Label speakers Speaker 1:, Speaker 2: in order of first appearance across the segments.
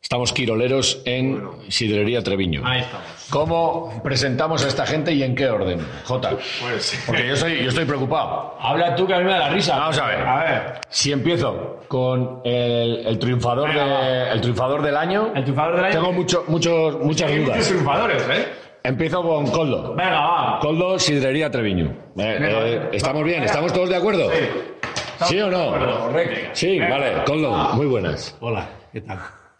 Speaker 1: Estamos quiroleros en Sidrería Treviño.
Speaker 2: Ahí estamos.
Speaker 1: ¿Cómo presentamos a esta gente y en qué orden? Jota.
Speaker 2: Pues-
Speaker 1: Porque yo, soy, yo estoy preocupado.
Speaker 2: Habla tú que a mí me da la risa.
Speaker 1: Vamos a ver.
Speaker 2: A ver.
Speaker 1: Si empiezo con el, el triunfador,
Speaker 2: Venga,
Speaker 1: de-
Speaker 2: va.
Speaker 1: el triunfador del año.
Speaker 2: El triunfador del año.
Speaker 1: Tengo mucho- muchos, muchas
Speaker 2: Hay muchos
Speaker 1: dudas.
Speaker 2: triunfadores, ¿eh?
Speaker 1: Empiezo con Coldo.
Speaker 2: Venga, va.
Speaker 1: Coldo, Sidrería Treviño. Eh,
Speaker 2: Venga,
Speaker 1: eh,
Speaker 2: va.
Speaker 1: ¿Estamos bien?
Speaker 2: Venga.
Speaker 1: ¿Estamos todos de acuerdo?
Speaker 2: Sí.
Speaker 1: ¿Sí o no?
Speaker 2: Correcto, correcto.
Speaker 1: Sí,
Speaker 2: Venga.
Speaker 1: vale. Coldo, muy buenas.
Speaker 3: Hola, ¿qué tal?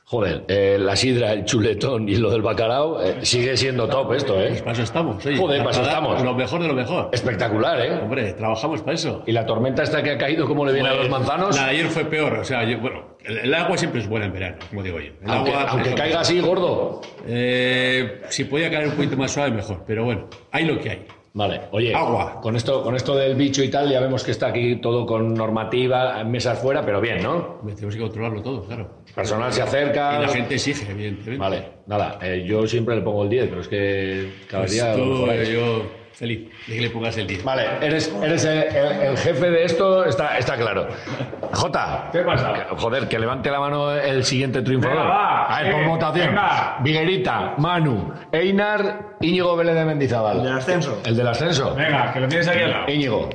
Speaker 1: Joder, eh, la sidra, el chuletón y lo del bacalao eh, sigue siendo top esto, ¿eh?
Speaker 3: Para eso estamos, oye.
Speaker 1: Joder, para eso
Speaker 3: dar
Speaker 1: estamos.
Speaker 3: Lo mejor de lo mejor.
Speaker 1: Espectacular, ¿eh?
Speaker 3: Hombre, trabajamos para eso.
Speaker 1: ¿Y la tormenta esta que ha caído, cómo le viene a los manzanos?
Speaker 3: Pues, La de ayer fue peor, o sea, yo- bueno, el, el agua siempre es buena en verano, como digo yo. El
Speaker 1: Aunque,
Speaker 3: agua- pues,
Speaker 1: aunque caiga así, gordo.
Speaker 3: Eh, si podía caer un poquito más suave, mejor, pero bueno, hay lo que hay.
Speaker 1: Vale, oye,
Speaker 3: Agua.
Speaker 1: Con esto, con esto del bicho y tal, ya vemos que está aquí todo con normativa, mesas fuera, pero bien, ¿no?
Speaker 3: Hombre, Tenemos que controlarlo todo, claro.
Speaker 1: Personal se
Speaker 3: Y
Speaker 1: acerca.
Speaker 3: la gente exige, evidentemente.
Speaker 1: Vale, nada, eh, yo siempre le pongo el 10, pero es que cada
Speaker 3: Pues
Speaker 1: día. lo
Speaker 3: tú,
Speaker 1: mejoráis.
Speaker 3: eh, yo, feliz de que le pongas el 10.
Speaker 1: Vale, eres, eres el, el- el jefe de esto, está, está claro. Jota.
Speaker 2: ¿Qué pasa?
Speaker 1: que- Joder, que levante la mano el siguiente triunfador.
Speaker 2: Venga, va,
Speaker 1: a ver,
Speaker 2: sí,
Speaker 1: por votación.
Speaker 2: venga.
Speaker 1: Viguerita, Manu, Einar, Íñigo Vélez de Mendizábal.
Speaker 4: del ascenso.
Speaker 1: El del ascenso.
Speaker 2: Venga, que lo tienes aquí al lado.
Speaker 1: Íñigo,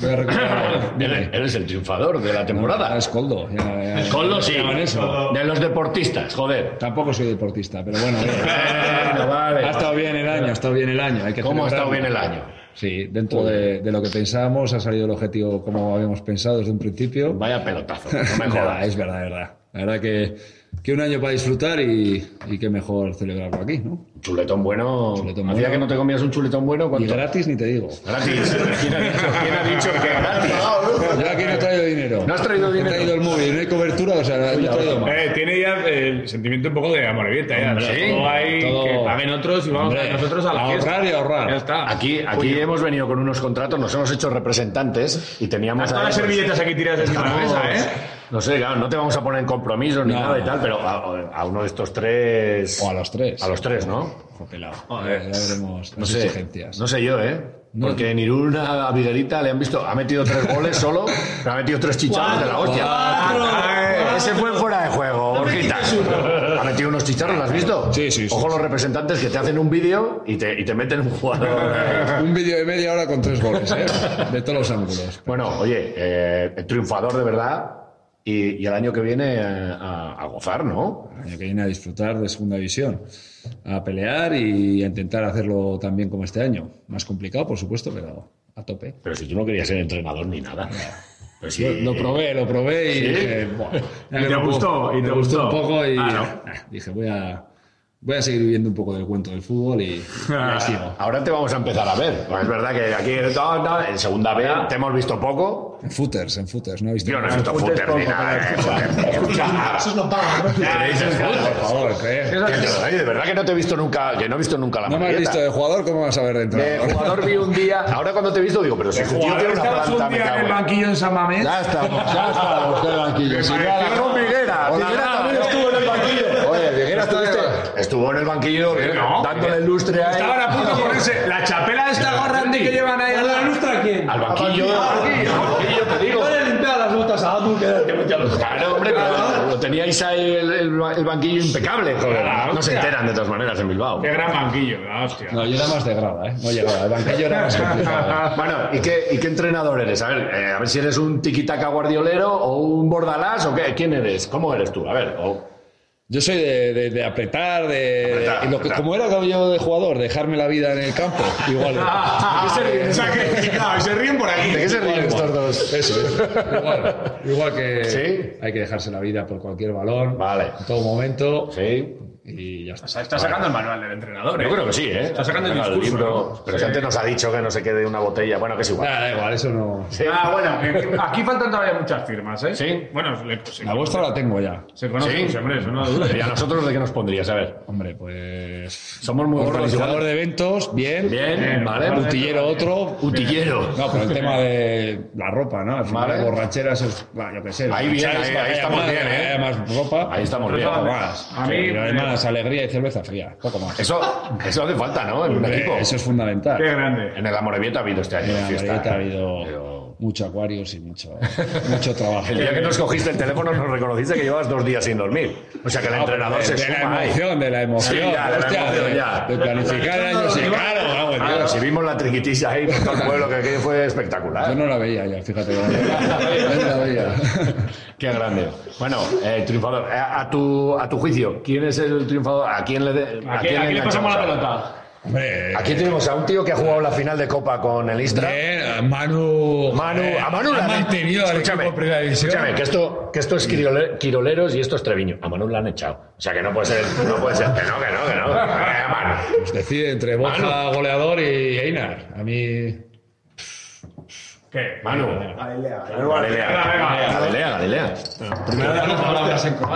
Speaker 4: Voy a recuperar.
Speaker 1: eres, eres el triunfador de la temporada.
Speaker 4: es Coldo. ya- ya-
Speaker 1: Con los sí,
Speaker 4: llaman eso.
Speaker 1: de los deportistas, joder.
Speaker 4: Tampoco soy deportista, pero bueno. oye,
Speaker 1: Bueno, vale.
Speaker 4: Ha estado bien el año, ha estado bien el año. Hay que
Speaker 1: ¿Cómo ha estado
Speaker 4: celebrarlo.
Speaker 1: bien el año?
Speaker 4: Sí, dentro de, de lo que pensábamos, ha salido el objetivo como habíamos pensado desde un principio.
Speaker 1: Vaya pelotazo, no me
Speaker 4: Nada,
Speaker 1: jodas.
Speaker 4: es verdad, es verdad. La verdad que, que un año para disfrutar y, y qué mejor celebrarlo aquí, ¿no?
Speaker 1: Chuletón bueno.
Speaker 4: Chuletón
Speaker 1: Hacía
Speaker 4: bueno.
Speaker 1: que no te comías un chuletón bueno.
Speaker 4: Y
Speaker 1: ¿cuánto?
Speaker 4: gratis ni te digo.
Speaker 1: Gratis. ¿Quién ha dicho, quién ha dicho que gratis?
Speaker 4: Yo aquí no he traído dinero.
Speaker 1: ¿No has traído dinero?
Speaker 4: He traído el móvil, no hay cobertura, o sea, no he traído más.
Speaker 5: Eh, tiene ya el sentimiento un poco de amorebieta. Ya.
Speaker 1: sí.
Speaker 5: Todo hay
Speaker 4: Todo-
Speaker 5: que paguen otros y vamos
Speaker 4: Hombre,
Speaker 5: a nosotros a la
Speaker 4: ahorrar
Speaker 5: fiesta.
Speaker 4: y ahorrar.
Speaker 5: Ya está.
Speaker 1: Aquí, aquí hemos venido con unos contratos, nos hemos hecho representantes y teníamos.
Speaker 5: Todas
Speaker 1: ahí,
Speaker 5: las
Speaker 1: pues,
Speaker 5: servilletas aquí tiradas encima de la
Speaker 1: estamos-
Speaker 5: mesa, ¿eh?
Speaker 1: No sé, claro, no te vamos a poner en compromisos ni
Speaker 4: No.
Speaker 1: nada y tal, pero a, a uno de estos tres.
Speaker 4: O a los tres.
Speaker 1: A los tres, ¿no?
Speaker 4: Ojo, pelado. Ya veremos las
Speaker 1: No sé,
Speaker 4: exigencias.
Speaker 1: no sé yo, ¿eh? Porque en Irún a Viguerita le han visto, ha metido tres goles solo, pero ha metido tres chicharros de la hostia. Ah, eh, Ese fue fuera de juego, Borjita. Ha metido unos chicharros, ¿lo has visto?
Speaker 4: Sí, sí, sí,
Speaker 1: Ojo los representantes que te hacen un vídeo y te, y te meten un jugador.
Speaker 4: Un vídeo de media hora con tres goles, ¿eh? De todos los ángulos.
Speaker 1: bueno, oye, eh, triunfador de verdad y, y el año que viene eh, a, a gozar, ¿no?
Speaker 4: El año que viene a disfrutar de segunda división, a pelear y a intentar hacerlo tan bien como este año. Más complicado, por supuesto, pero a tope.
Speaker 1: Pero si tú no querías ser entrenador ni nada. Pero si-
Speaker 4: Lo probé, lo probé y
Speaker 1: ¿Sí?
Speaker 4: dije, "Buah".
Speaker 5: Y te
Speaker 4: Me
Speaker 5: gustó, y
Speaker 4: me
Speaker 5: te
Speaker 4: gustó un
Speaker 5: gustó.
Speaker 4: poco y
Speaker 5: Ah, no.
Speaker 4: ah, dije, voy a, voy a seguir viviendo un poco del cuento del fútbol y, y ahí sigo.
Speaker 1: Ahora te vamos a empezar a ver. Pues Es verdad que aquí no, no, en segunda vez te hemos visto poco.
Speaker 4: En footers, en footers, ¿no visto?
Speaker 1: Yo no he visto footer ni nada. eh, joder.
Speaker 6: Esos no pagan, ¿no?
Speaker 1: ¿Qué dices,
Speaker 4: Por
Speaker 1: joder?
Speaker 4: favor, ¿eh?
Speaker 1: Que te- oye, De verdad que no te he visto nunca, que no he visto nunca la
Speaker 4: No me has
Speaker 1: marioneta.
Speaker 4: visto de jugador, ¿cómo vas a ver de
Speaker 1: De
Speaker 4: entrenador?
Speaker 1: jugador vi un día. Ahora cuando te he visto digo, pero si este tío tiene una
Speaker 5: Estabas
Speaker 1: planta,
Speaker 5: un día
Speaker 1: me
Speaker 5: en el
Speaker 1: cago en-
Speaker 5: banquillo en San Mamés.
Speaker 1: Ya estamos, ya estamos, qué banquillo. Si mira, la Ron Viguera. Viguera también estuvo en el banquillo. Oye, Viguera estuviste- este? estuvo en el banquillo eh,
Speaker 5: No.
Speaker 1: dándole lustre ahí.
Speaker 5: Estaban a punto de ponerse la chapela de esta gorra Andy, que llevan ahí. al lado.
Speaker 6: lustra quién?
Speaker 1: Al banquillo. Al banquillo, te digo.
Speaker 6: Yo le limpiaba las botas a Adu, que era-
Speaker 1: Claro, hombre, pero lo teníais ahí el, el- el banquillo impecable. joder.
Speaker 5: Ah,
Speaker 1: no se
Speaker 5: hostia.
Speaker 1: enteran de todas maneras en Bilbao.
Speaker 5: Qué gran banquillo, la hostia.
Speaker 4: No, yo era más de grada, ¿eh? No llegaba, el banquillo era más complicado.
Speaker 1: Bueno, ¿y qué, y qué entrenador eres? A ver, eh, a ver si eres un tiquitaca guardiolero o un bordalás o qué. ¿Quién eres? ¿Cómo eres tú? A ver, o-
Speaker 4: Yo soy de, de- de apretar, de.
Speaker 1: Apretar,
Speaker 4: y lo que-
Speaker 1: apretar.
Speaker 4: como era yo de jugador, dejarme la vida en el campo. Igual.
Speaker 5: Ah, O sea, que- claro, y se ríen por aquí.
Speaker 1: ¿de Ah, qué se ríen estos dos?
Speaker 4: Eso es. Igual, igual que
Speaker 1: ¿Sí?
Speaker 4: hay que dejarse la vida por cualquier balón.
Speaker 1: Vale.
Speaker 4: En todo momento.
Speaker 1: Sí.
Speaker 4: y ya está.
Speaker 2: O sea, está sacando el manual del entrenador.
Speaker 1: Yo
Speaker 2: ¿eh?
Speaker 1: creo que sí, ¿eh?
Speaker 2: Está sacando el
Speaker 1: Saca
Speaker 2: discurso,
Speaker 1: libro.
Speaker 2: ¿no?
Speaker 1: Pero
Speaker 2: Sí.
Speaker 1: si antes nos ha dicho que no se quede una botella. Bueno, que es igual.
Speaker 4: Nada, da igual, eso no.
Speaker 1: Sí.
Speaker 2: Ah, bueno, que aquí faltan todavía muchas firmas, ¿eh?
Speaker 1: Sí.
Speaker 2: Bueno, le- se,
Speaker 4: La vuestra la tengo ya.
Speaker 2: se conoce,
Speaker 1: Sí.
Speaker 2: hombre, eso no duda.
Speaker 1: ¿Y a nosotros de qué nos pondrías? A ver.
Speaker 4: Hombre, pues.
Speaker 1: Somos muy gordos
Speaker 4: Organizador
Speaker 1: igual.
Speaker 4: de eventos, bien.
Speaker 1: Bien, vale.
Speaker 4: Utillero otro.
Speaker 1: Utillero.
Speaker 4: No, pero el tema de la ropa, ¿no? Al final,
Speaker 1: Vale.
Speaker 4: borracheras, es, bah, yo qué sé.
Speaker 1: Ahí bien,
Speaker 4: borracheras,
Speaker 1: ahí-
Speaker 4: bah,
Speaker 1: ahí
Speaker 4: haya
Speaker 1: estamos
Speaker 4: más,
Speaker 1: bien, ¿eh?
Speaker 4: haya más ropa.
Speaker 1: Ahí estamos bien.
Speaker 4: Poco más.
Speaker 2: A mí-
Speaker 4: Y además, alegría y cerveza fría. Poco más.
Speaker 1: Eso, eso hace falta, ¿no? En un
Speaker 4: Eh,
Speaker 1: equipo.
Speaker 4: Eso es fundamental.
Speaker 2: Qué grande.
Speaker 1: En el Amorebieta ha habido este año.
Speaker 4: En la
Speaker 1: fiesta, eh,
Speaker 4: Marieta ha
Speaker 1: pero-
Speaker 4: habido mucho acuarios y mucho, mucho trabajo.
Speaker 1: El día que nos cogiste el teléfono nos reconociste que llevabas dos días sin dormir. O sea que el entrenador
Speaker 4: Ah, de,
Speaker 1: se
Speaker 4: de la
Speaker 1: suma ahí.
Speaker 4: emoción, de la emoción,
Speaker 1: Sí, ya, de la
Speaker 4: hostia,
Speaker 1: emoción,
Speaker 4: de-
Speaker 1: ya.
Speaker 4: de planificar el año, sí, claro, vamos,
Speaker 1: Ah,
Speaker 4: Dios.
Speaker 1: si vimos la triquitilla ahí por todo el pueblo, que aquello fue espectacular.
Speaker 4: Yo no la veía ya, fíjate. yo no la veía.
Speaker 1: Qué grande. Bueno, eh, triunfador, a, a tu, a tu juicio, ¿quién es el triunfador? ¿A quién le, de-
Speaker 2: ¿A quién, a quién le
Speaker 1: enganchamos
Speaker 2: pasamos la
Speaker 1: ahora?
Speaker 2: pelota?
Speaker 4: Hombre,
Speaker 1: Aquí tenemos a un tío que ha jugado la final de Copa con el Istra.
Speaker 4: bien,
Speaker 5: Eh,
Speaker 4: a Manu,
Speaker 1: Manu,
Speaker 4: eh,
Speaker 1: a Manu
Speaker 4: ha
Speaker 1: la
Speaker 4: mantenido al equipo en primera división.
Speaker 1: Escúchame, que esto, que esto es Quirole- Quiroleros y esto es Treviño. A Manu la han echado. O sea que no puede ser, no puede ser. Que no, que no, que no. Eh, Manu.
Speaker 4: Pues decide entre Borja, goleador y Einar. A mí,
Speaker 2: ¿Qué?
Speaker 1: Manu. Galilea.
Speaker 2: Venga,
Speaker 1: Galilea, Galilea.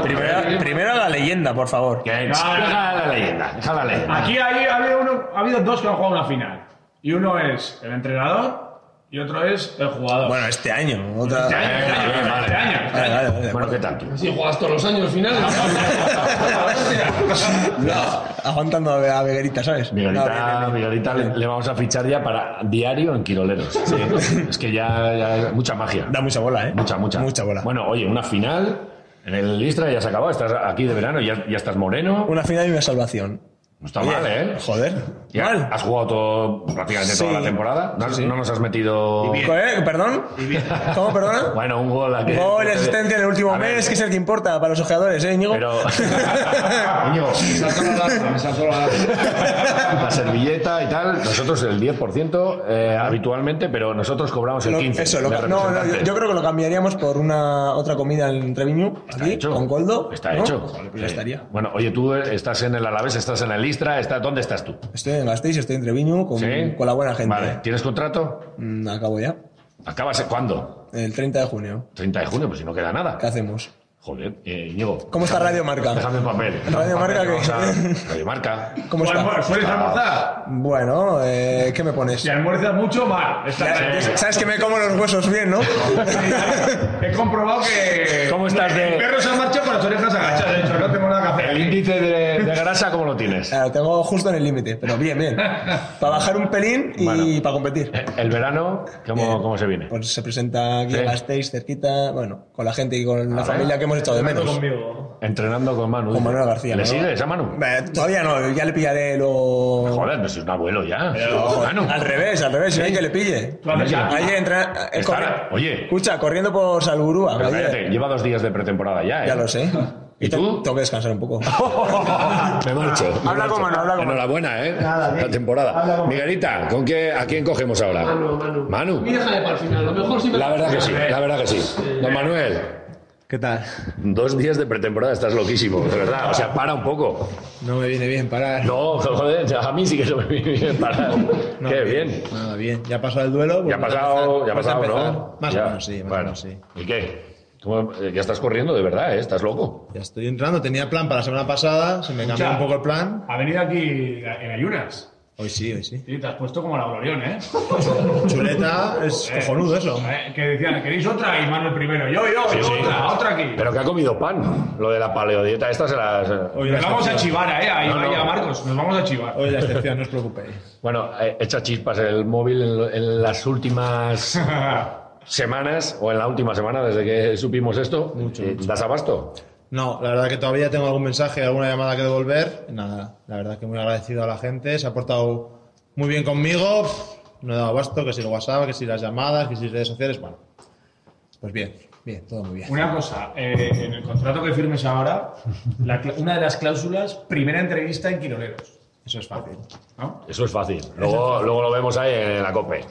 Speaker 7: Primero, primero la leyenda, por favor.
Speaker 1: Que
Speaker 2: no, no.
Speaker 1: deja la leyenda, deja la leyenda.
Speaker 2: Aquí hay, ha, habido uno- ha habido dos que han jugado una final. Y uno es el entrenador y otro es el jugador.
Speaker 7: Bueno, este año. Otra...
Speaker 2: Este año, este año,
Speaker 1: Vale,
Speaker 2: este año, este
Speaker 7: Vale,
Speaker 2: año.
Speaker 7: vale, vale.
Speaker 1: Bueno, ¿qué tal tú?
Speaker 8: Si juegas todos los años finales.
Speaker 7: No, aguantando a Veguerita, ¿sabes? No, bien, bien,
Speaker 1: Miguelita,
Speaker 7: bien.
Speaker 1: Miguelita le, le vamos a fichar ya para diario en Quiroleros. Es que ya, ya- mucha magia.
Speaker 7: Da mucha bola, ¿eh?
Speaker 1: Mucha, mucha.
Speaker 7: Mucha bola.
Speaker 1: Bueno, oye, una final en el Listra ya se ha acabado. Estás aquí de verano, ya, ya estás moreno.
Speaker 7: Una final y una salvación.
Speaker 1: No está
Speaker 7: Oye,
Speaker 1: mal, ¿eh?
Speaker 7: Joder.
Speaker 1: Ya
Speaker 7: Mal.
Speaker 1: Has jugado todo, prácticamente
Speaker 7: Sí.
Speaker 1: toda la temporada. No, no nos has metido.
Speaker 7: ¿Eh? ¿Perdón? ¿Cómo, perdona?
Speaker 1: Bueno, un gol aquí.
Speaker 7: Gol y asistencia en el último
Speaker 1: A ver, eh.
Speaker 7: mes, que es el que importa para los ojeadores, ¿eh, Íñigo?
Speaker 1: Pero. Íñigo,
Speaker 4: saltó la lata, me saltó la lata.
Speaker 1: la servilleta y tal, nosotros el 10% eh, habitualmente, pero nosotros cobramos el
Speaker 7: Lo-
Speaker 1: 15%.
Speaker 7: eso, lo
Speaker 1: de
Speaker 7: ca- no, no, yo,
Speaker 1: representante.
Speaker 7: yo creo que lo cambiaríamos por una otra comida en Treviño, aquí,
Speaker 1: hecho.
Speaker 7: con Coldo.
Speaker 1: Está
Speaker 7: ¿no?
Speaker 1: hecho.
Speaker 7: Joder, pues ya
Speaker 1: Sí.
Speaker 7: estaría.
Speaker 1: Bueno, oye, tú estás en el Alavés, estás en el Istra, está- ¿dónde estás tú?
Speaker 7: Estoy en Gasteiz, estoy en Treviño con,
Speaker 1: ¿Sí?
Speaker 7: con la buena gente.
Speaker 1: Vale. ¿Tienes contrato?
Speaker 7: Mm, Acabo ya.
Speaker 1: ¿Acabas cuándo?
Speaker 7: El 30 de junio.
Speaker 1: 30 de junio, pues si no queda nada.
Speaker 7: ¿Qué hacemos?
Speaker 1: Joder, eh, Íñigo.
Speaker 7: ¿Cómo está Radio Marca?
Speaker 1: Déjame el papel.
Speaker 7: Radio Marca,
Speaker 1: que
Speaker 7: ¿qué?
Speaker 1: vamos a- Radio Marca.
Speaker 7: ¿Cómo está?
Speaker 2: Bueno, Pues, ¿Sueles
Speaker 1: Ah.
Speaker 2: almorzar?
Speaker 7: Bueno, eh, ¿qué me pones?
Speaker 2: Si almuerzas mucho, mal. Está- eh.
Speaker 7: Ya- ya Sabes que me como los huesos bien, ¿no?
Speaker 2: He comprobado que.
Speaker 1: ¿Cómo estás de-
Speaker 2: El perro se ha marchado con las orejas agachadas. De hecho, no tengo nada que hacer.
Speaker 1: El índice de, de grasa, ¿cómo lo tienes?
Speaker 7: Claro, tengo justo en el límite, pero bien, bien. Para bajar un pelín y
Speaker 1: Bueno.
Speaker 7: para competir.
Speaker 1: Eh, El verano, ¿cómo,
Speaker 7: Eh,
Speaker 1: cómo se viene?
Speaker 7: Pues se presenta aquí
Speaker 1: Sí.
Speaker 7: en Gasteiz, cerquita, bueno, con la gente y con la
Speaker 1: Vale.
Speaker 7: familia que hemos echado de menos.
Speaker 1: Entrenando con Manu.
Speaker 7: Con
Speaker 1: dice.
Speaker 7: Manuel García.
Speaker 1: ¿Le
Speaker 7: ¿no?
Speaker 1: sigues a Manu?
Speaker 7: Eh, todavía no, ya le pillaré lo.
Speaker 1: Joder, pues es un abuelo ya. Manu.
Speaker 7: Al revés, al revés, si no hay que le pille. Ayer entra. eh,
Speaker 1: Está-
Speaker 7: corri-
Speaker 1: oye.
Speaker 7: Escucha, corriendo por Salburúa.
Speaker 1: Pero
Speaker 7: ayer.
Speaker 1: cállate, lleva dos días de pretemporada ya, ¿eh?
Speaker 7: Ya lo sé.
Speaker 1: ¿Y
Speaker 7: te-
Speaker 1: tú?
Speaker 7: Tengo que descansar un poco.
Speaker 1: me marcho. me
Speaker 7: Habla
Speaker 1: marcho.
Speaker 7: con Manu, habla con Manu.
Speaker 1: Enhorabuena, ¿eh? la temporada. Miguelita, ¿con qué, ¿a quién cogemos ahora? Manu.
Speaker 8: Déjale para el final. Lo mejor si me
Speaker 1: La verdad que sí, la verdad que sí. Don Manuel,
Speaker 7: ¿Qué tal?
Speaker 1: dos días de pretemporada estás loquísimo, de verdad. O sea, para un poco.
Speaker 7: No me viene bien parar.
Speaker 1: No, joder, a mí sí que se me viene parar.
Speaker 7: No,
Speaker 1: qué bien.
Speaker 7: Nada, bien. Ya ha pasado el duelo.
Speaker 1: Ya ha
Speaker 7: vuelta Pues a
Speaker 1: pasado,
Speaker 7: empezar,
Speaker 1: ya ha
Speaker 7: vuelta a
Speaker 1: pasado,
Speaker 7: empezar.
Speaker 1: ¿no?
Speaker 7: Más
Speaker 1: Ya.
Speaker 7: o menos, sí. Más
Speaker 1: Bueno,
Speaker 7: o menos, sí.
Speaker 1: ¿Y qué? ¿Cómo- eh, Ya estás corriendo de verdad, ¿eh? Estás loco.
Speaker 7: Ya estoy entrando. Tenía plan para la semana pasada. Se me cambió
Speaker 2: Escucha.
Speaker 7: un poco el plan.
Speaker 2: Ha venido aquí en ayunas.
Speaker 7: Hoy sí, hoy sí.
Speaker 2: Sí, te has puesto como la glorión, ¿eh?
Speaker 7: Chuleta es cojonudo eso.
Speaker 2: Eh, Que decían, ¿queréis otra? Y Manuel primero. Yo, yo, yo, otra, otra aquí.
Speaker 1: Pero que ha comido pan. Lo de la paleodieta, esta se la.
Speaker 7: Hoy
Speaker 2: Nos
Speaker 7: la
Speaker 2: vamos a
Speaker 7: excepción.
Speaker 2: chivar, ¿eh? Ahí
Speaker 1: No, no.
Speaker 2: vaya, Marcos. Nos vamos a chivar.
Speaker 7: Hoy la excepción, no os preocupéis.
Speaker 1: Bueno, eh, echa chispas el móvil en, lo- en las últimas semanas o en la última semana desde que supimos esto. Eh, ¿Das abasto?
Speaker 9: No, la verdad que todavía tengo algún mensaje, alguna llamada que devolver. Nada, la verdad que muy agradecido a la gente, se ha portado muy bien conmigo. No he dado abasto, que si el WhatsApp, que si las llamadas, que si redes sociales, bueno. Pues bien.
Speaker 7: Bien, todo muy bien.
Speaker 2: Una cosa, eh, en el contrato que firmes ahora, la cla- una de las cláusulas, primera entrevista en Quiroleros.
Speaker 7: Eso es fácil.
Speaker 1: Eso es fácil. Luego, luego lo vemos ahí en la COPE.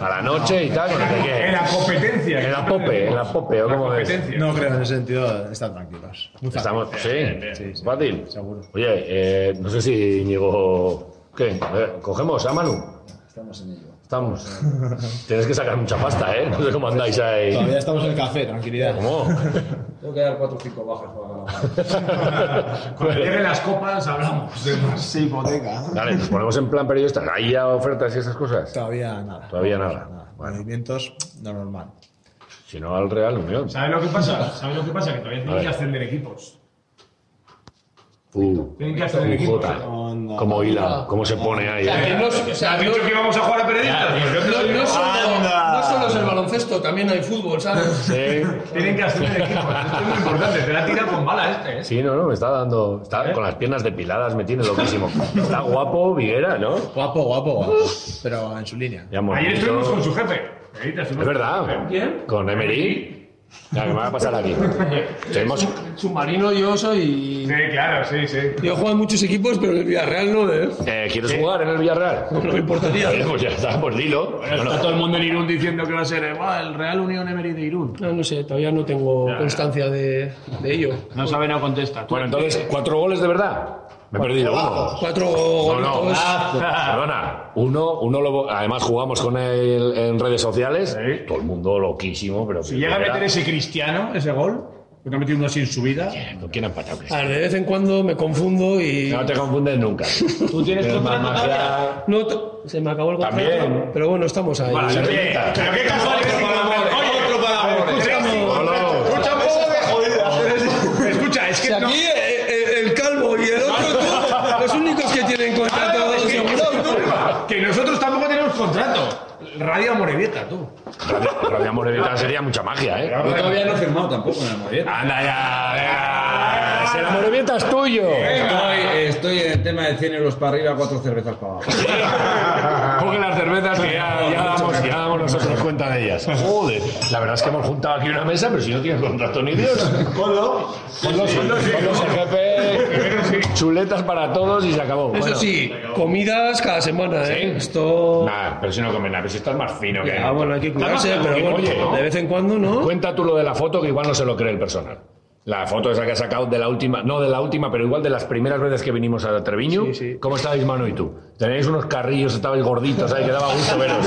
Speaker 1: A la noche y tal, con el que quede.
Speaker 2: En la competencia.
Speaker 1: En la POPE, en la POPE, ¿o
Speaker 2: La
Speaker 1: cómo ves?
Speaker 2: competencia.
Speaker 7: No creo en ese sentido, están tranquilos. Muy fácil.
Speaker 1: Estamos, sí,
Speaker 7: Sí, sí.
Speaker 1: fácil.
Speaker 7: Seguro.
Speaker 1: Oye, eh, no sé si Íñigo... ¿Qué? A ver, ¿Cogemos a Manu? Estamos en ello. Estamos. Tienes que sacar mucha pasta, ¿eh? No sé cómo andáis ahí.
Speaker 7: Todavía estamos en el café, tranquilidad.
Speaker 1: ¿Cómo?
Speaker 10: Tengo que dar cuatro o cinco bajas para
Speaker 2: Cuando lleguen las copas hablamos.
Speaker 10: Sí, hipoteca.
Speaker 1: Vale, nos ponemos en plan periodista. ¿Hay ya ofertas y esas cosas?
Speaker 7: Todavía nada.
Speaker 1: Todavía nada.
Speaker 7: Movimientos, no normal.
Speaker 1: Si no, al Real Unión.
Speaker 2: ¿Sabes lo que pasa? ¿Sabes lo que pasa? Que todavía tienen que ascender equipos.
Speaker 1: Uh,
Speaker 2: Tienen que ascender equipos.
Speaker 1: Jota. Cómo hila, cómo se pone ahí.
Speaker 5: sea,
Speaker 1: ¿eh?
Speaker 5: que no- o sea,
Speaker 2: ¿Has
Speaker 5: no-
Speaker 2: dicho que íbamos a jugar a periodistas? Pues yo te
Speaker 5: no-
Speaker 2: digo.
Speaker 5: no solo- no solo es el baloncesto, también hay fútbol, ¿sabes?
Speaker 1: Sí,
Speaker 2: Tienen que ascender equipos. Esto es muy importante. Te la tira con bala este, ¿eh?
Speaker 1: sí, no, no, me está dando.
Speaker 7: ¿Eh?
Speaker 1: Está con las piernas depiladas, me tiene loquísimo. Está guapo, Viguera, ¿no?
Speaker 7: Guapo, guapo, guapo. Pero en su línea.
Speaker 1: Ya hemos
Speaker 2: Ayer
Speaker 1: visto.
Speaker 2: estuvimos con su jefe. Periodistas,
Speaker 1: Es
Speaker 2: estuvimos-
Speaker 1: verdad.
Speaker 5: ¿Quién?
Speaker 1: Con Emery. Ya, ¿qué me va a pasar aquí? Tenemos-
Speaker 5: Submarino yo soy.
Speaker 2: Sí, claro, sí, sí.
Speaker 5: Yo he jugado en muchos equipos, pero en el Villarreal no, ¿eh?
Speaker 1: eh, ¿Quieres jugar en el Villarreal?
Speaker 5: No me importaría.
Speaker 1: Eh, pues ya está, pues dilo. Bueno,
Speaker 2: Está todo el mundo en Irún diciendo que va a ser eh, "Buah, el Real Unión Emery de Irún.
Speaker 5: No, no sé, todavía no tengo constancia de, de ello.
Speaker 2: No sabe, no contesta.
Speaker 1: bueno, entonces, ¿cuatro goles de verdad? Me he perdido uno.
Speaker 5: Cuatro
Speaker 1: No, no.
Speaker 5: golitos.
Speaker 1: Perdona, uno, uno lo, además jugamos con él en redes sociales.
Speaker 2: Sí.
Speaker 1: Todo el mundo loquísimo, pero.
Speaker 2: Si llega a meter ese Cristiano, ese gol, que no ha metido uno así en su vida.
Speaker 1: ¿Quién ha empatado? Cristian?
Speaker 5: A ver, de vez en cuando me confundo y.
Speaker 1: No te confundes nunca. Tú tienes tu magia.
Speaker 5: No, t- se me acabó el contrato.
Speaker 1: También.
Speaker 5: Pero bueno, estamos ahí.
Speaker 1: Oye,
Speaker 2: Pero qué
Speaker 6: Otro para
Speaker 1: Hola.
Speaker 2: Escucha, es
Speaker 5: Si
Speaker 2: que no.
Speaker 5: aquí eh, eh, el calvo y el otro, tú, los únicos que tienen contrato
Speaker 2: Es que-
Speaker 5: asegurado, ¿no?
Speaker 2: Que nosotros tampoco tenemos contrato. Radio Morevieta, tú.
Speaker 1: Radio- Radio Morevieta sería mucha magia, ¿eh?
Speaker 4: Yo todavía no he firmado tampoco en el Morevieta.
Speaker 1: Anda ya. venga. Si el Morevieta es tuyo.
Speaker 4: Estoy, estoy en el tema de 100 euros para arriba, cuatro cervezas para abajo.
Speaker 1: Coge las cervezas que ya, ya damos, ya damos nosotros cuenta de ellas. Joder, la verdad es que hemos juntado aquí una mesa, pero si no tienes contrato ni Dios. Ponlo. Ponlo, sí, ponlo, sí, jefe. Chuletas para todos y se acabó.
Speaker 5: Eso
Speaker 1: Bueno.
Speaker 5: sí, comidas cada semana, ¿eh?
Speaker 1: Sí.
Speaker 5: Esto.
Speaker 1: Nah, pero si no comen nada, pero si estás más fino que.
Speaker 5: Ah, bueno, hay que cuidarse,
Speaker 1: Además,
Speaker 5: pero
Speaker 1: oye,
Speaker 5: bueno,
Speaker 1: ¿no?
Speaker 5: de vez en cuando, ¿no?
Speaker 1: Cuenta tú lo de la foto, que igual no se lo cree el personal. La foto esa que has sacado de la última, no de la última, pero igual de las primeras veces que vinimos a Treviño.
Speaker 5: Sí, sí.
Speaker 1: ¿Cómo estabais, Mano y tú? Tenéis unos carrillos, estabais gorditos, ahí que daba gusto veros.